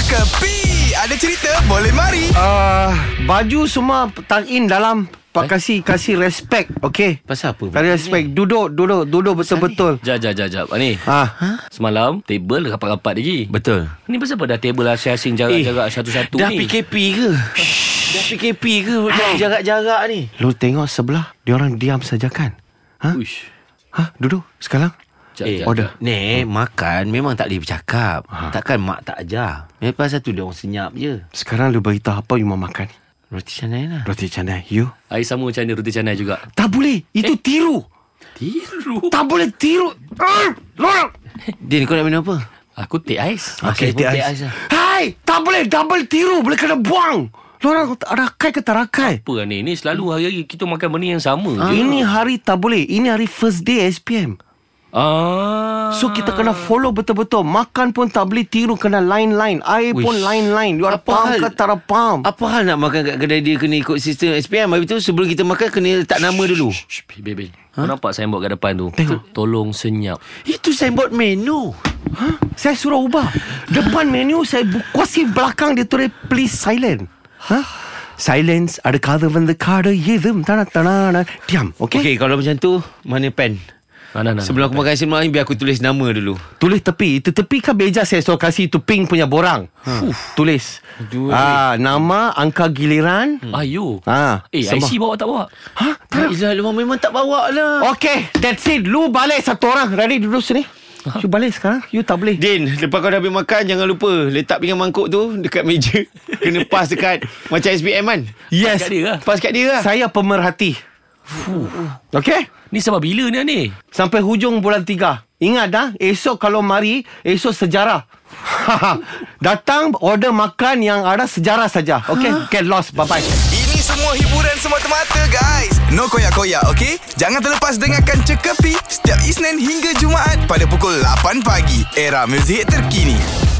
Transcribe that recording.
Kepi Ada cerita boleh mari Uh, baju semua tuck in dalam Pak Eh? kasih kasih respect Okay Pasal apa? Kasih respect Duduk duduk Duduk betul-betul Jap, jap, jap, jap. Ni, Ah, semalam table rapat-rapat lagi. Betul. Eh, Ni pasal apa dah table asing-asing jarak-jarak satu-satu Dah ni? PKP ke? Dah PKP ke macam jarak-jarak ni? Lu tengok sebelah Diorang diam saja kan Ha? Uish. Ha? Duduk sekarang Jap, Eh, jap, order. jap. Nek, makan memang tak boleh bercakap. Takkan mak tak ajar. Memang pasal tu dia orang senyap je. Sekarang lu beritahu apa you mau makan Roti canai lah. Roti canai You Air sama macam ni, roti canai juga. Tak boleh Itu tiru Tiru. Tak boleh tiru uh, Lorang Din, kau nak minum apa? Aku take ais. Okay, pun teh take ais. lah. Hai Tak boleh double tiru Boleh kena buang Lorang rakai ke tak rakai Apa lah ni? Ni selalu hari-hari kita makan benda yang sama Ah, je. Ini hari tak boleh Ini hari first day SPM Ah. So kita kena follow betul-betul Makan pun tak boleh Tiru kena line-line Air Uish. pun Uish. line-line You are Apa paham hal? ke tak ada faham Apa hal nak makan kat kedai dia kena ikut sistem SPM? Habis tu sebelum kita makan kena letak nama dulu. Shh, Bebel. Kau nampak signboard kat depan tu? Tengok. Tolong senyap. Itu signboard menu. Saya suruh ubah Depan menu saya kuasi belakang Dia tulis please silent ha? Silence அடுக்காது வந்து காடு ஏதும் தன தன Diam okay? okay Okay, kalau macam tu, mana pen? Nah, nah, nah. Sebelum aku makan nasi malam ni, biar aku tulis nama dulu. Tulis tepi Itu tepi kan beja saya suruh kasih Itu pink punya borang ha. Tulis ah, Nama Angka giliran Ah, you. Ah, eh, sama. IC bawa tak bawa? ha? Tak Izzah, lu memang tak bawa lah. Okay that's it Lu balik satu orang Ready duduk sini You balik sekarang You tak boleh Din, lepas kau dah habis makan Jangan lupa Letak pinggan mangkuk tu Dekat meja Kena pas dekat Macam SPM kan Yes Kat dia lah. Pas kat dia lah Saya pemerhati Okay Ni sampai bila ni, ni? Sampai hujung bulan tiga Ingat dah Esok kalau mari Esok sejarah Datang order makan yang ada sejarah saja Okay Get lost Bye-bye Ini semua hiburan semata-mata guys No koyak-koyak ok Jangan terlepas dengarkan Cekapi Setiap Isnin hingga Jumaat Pada pukul 8 pagi Era muzik terkini